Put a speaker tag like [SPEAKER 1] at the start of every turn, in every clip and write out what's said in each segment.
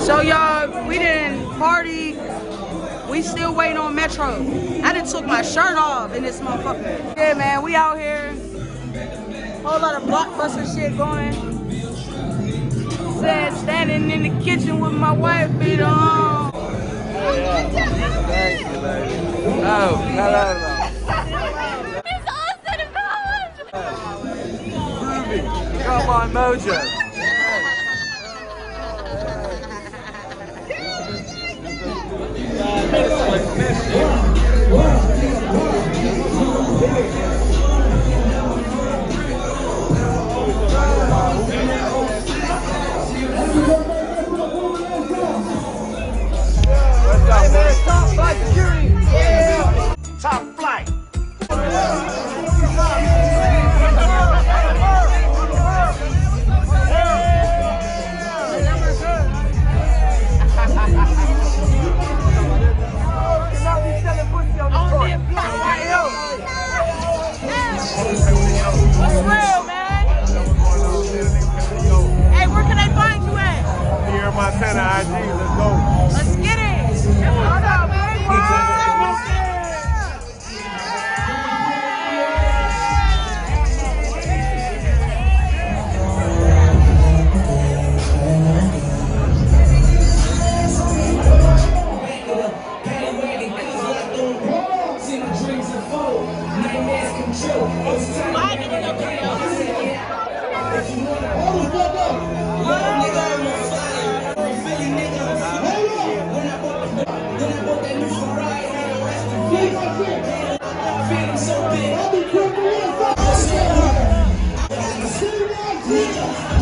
[SPEAKER 1] So y'all, we didn't party. We still waiting on Metro. I done took my shirt off in this motherfucker. Yeah, man, we out here. Whole lot of blockbuster shit going. Said standing in the kitchen with my wife beat on.
[SPEAKER 2] No, no, no, no.
[SPEAKER 3] It's Austin and Bowen!
[SPEAKER 2] Come on, Mojo.
[SPEAKER 4] Top flight.
[SPEAKER 1] What's real, man? Hey, where can I find you at?
[SPEAKER 4] Here, Montana IG. Let's go.
[SPEAKER 1] Let's get it. Hold up, man.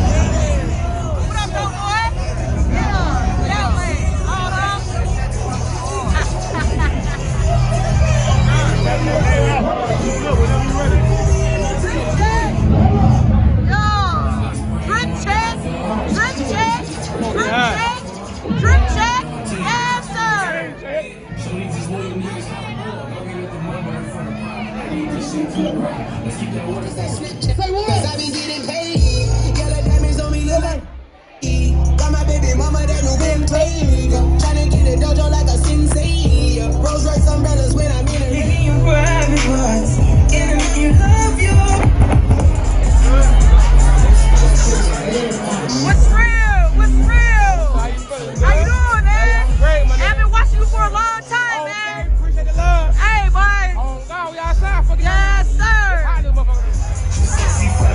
[SPEAKER 3] What up, dope boy? Yeah, that way. All up. Drink check. Yo, drink check, drink check, drink check, drink check, yes, sir.
[SPEAKER 5] Cause I be getting paid. Yellow diamonds on me look like. Got my baby mama that new been played. Tryna get a dojo like a sensei. Rolls Royce umbrellas when I'm in a Making you private parts. And I can love you.
[SPEAKER 1] What's real? What's real? How you doing, man?
[SPEAKER 4] Great, my
[SPEAKER 1] I've been watching you for a long time,
[SPEAKER 4] nigga.
[SPEAKER 1] man.
[SPEAKER 4] Appreciate the love.
[SPEAKER 1] Hey, boy.
[SPEAKER 4] On God, we outside. Fuck it.
[SPEAKER 1] Yes, sir.
[SPEAKER 4] I do, motherfucker.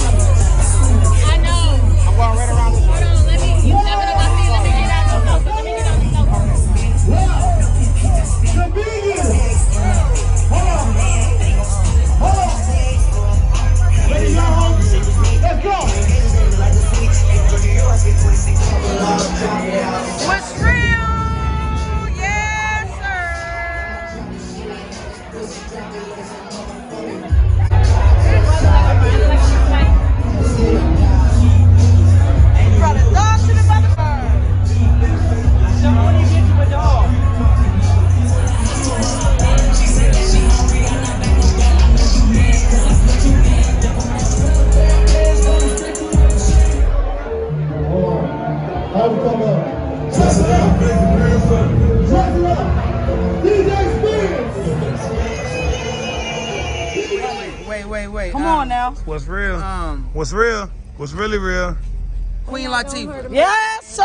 [SPEAKER 3] I know.
[SPEAKER 4] I'm going right around this way.
[SPEAKER 3] Hold on, let me, you never know my feet. Let me get out the sofa. Let me get out the sofa.
[SPEAKER 1] What's real? Yes, sir. Brought a dog to the motherfucker.
[SPEAKER 6] Wait, wait, wait.
[SPEAKER 1] Come
[SPEAKER 6] um,
[SPEAKER 1] on now.
[SPEAKER 4] What's real?
[SPEAKER 6] Um,
[SPEAKER 4] What's real? What's really real?
[SPEAKER 6] Queen Latifah.
[SPEAKER 1] Yes, sir.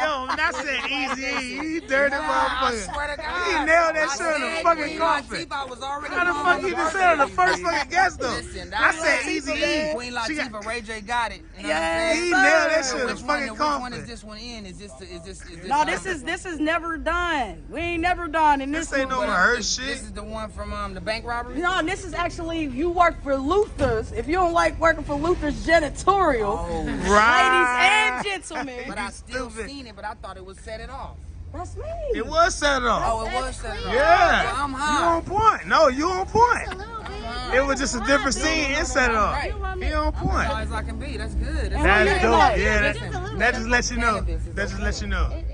[SPEAKER 4] Yo, that's an easy. You dirty
[SPEAKER 6] I
[SPEAKER 4] motherfucker.
[SPEAKER 6] swear to God.
[SPEAKER 4] He nailed that
[SPEAKER 6] I
[SPEAKER 4] shit on
[SPEAKER 6] said
[SPEAKER 4] the fucking
[SPEAKER 6] Queen
[SPEAKER 4] coffin.
[SPEAKER 6] Latifah, I was already
[SPEAKER 4] How the
[SPEAKER 6] known
[SPEAKER 4] fuck
[SPEAKER 6] as
[SPEAKER 4] you
[SPEAKER 6] Barbie
[SPEAKER 4] just said on the
[SPEAKER 6] Lee.
[SPEAKER 4] first fucking guess though?
[SPEAKER 6] Listen,
[SPEAKER 4] I
[SPEAKER 6] that-
[SPEAKER 4] said easy E.
[SPEAKER 6] Queen
[SPEAKER 4] She got-
[SPEAKER 6] Latifah, Ray J got it. You know
[SPEAKER 1] Yes,
[SPEAKER 4] He
[SPEAKER 6] what I'm saying?
[SPEAKER 4] nailed that
[SPEAKER 1] sir.
[SPEAKER 4] shit on the
[SPEAKER 6] Which one,
[SPEAKER 4] fucking
[SPEAKER 6] which one is
[SPEAKER 4] coffin.
[SPEAKER 6] this one in? Is this, the- is this, is this?
[SPEAKER 1] No, this is this is never done. We ain't never done in this.
[SPEAKER 4] This ain't no
[SPEAKER 1] one.
[SPEAKER 4] her
[SPEAKER 6] uh, this,
[SPEAKER 4] shit.
[SPEAKER 6] This is the one from um the bank robbery.
[SPEAKER 1] No, this is actually you work for Luther's. If you don't like working for Luther's janitorial,
[SPEAKER 6] Oh,
[SPEAKER 1] ladies
[SPEAKER 4] Right.
[SPEAKER 1] and gentlemen,
[SPEAKER 6] but I still
[SPEAKER 4] Stupid.
[SPEAKER 6] seen it, but I thought it was set it off.
[SPEAKER 1] That's me.
[SPEAKER 4] It was set up.
[SPEAKER 6] Oh, it was set up.
[SPEAKER 4] Yeah.
[SPEAKER 6] Well, I'm
[SPEAKER 4] You
[SPEAKER 6] high.
[SPEAKER 4] on point. No, you on point. It was just a different scene in set up.
[SPEAKER 6] Right.
[SPEAKER 4] He on
[SPEAKER 6] High
[SPEAKER 4] point.
[SPEAKER 6] as I can be. That's good. That's
[SPEAKER 4] That's
[SPEAKER 1] Just a
[SPEAKER 4] dope.
[SPEAKER 1] little
[SPEAKER 4] Yeah,
[SPEAKER 3] bit.
[SPEAKER 4] that, that just lets you know. That just lets you know.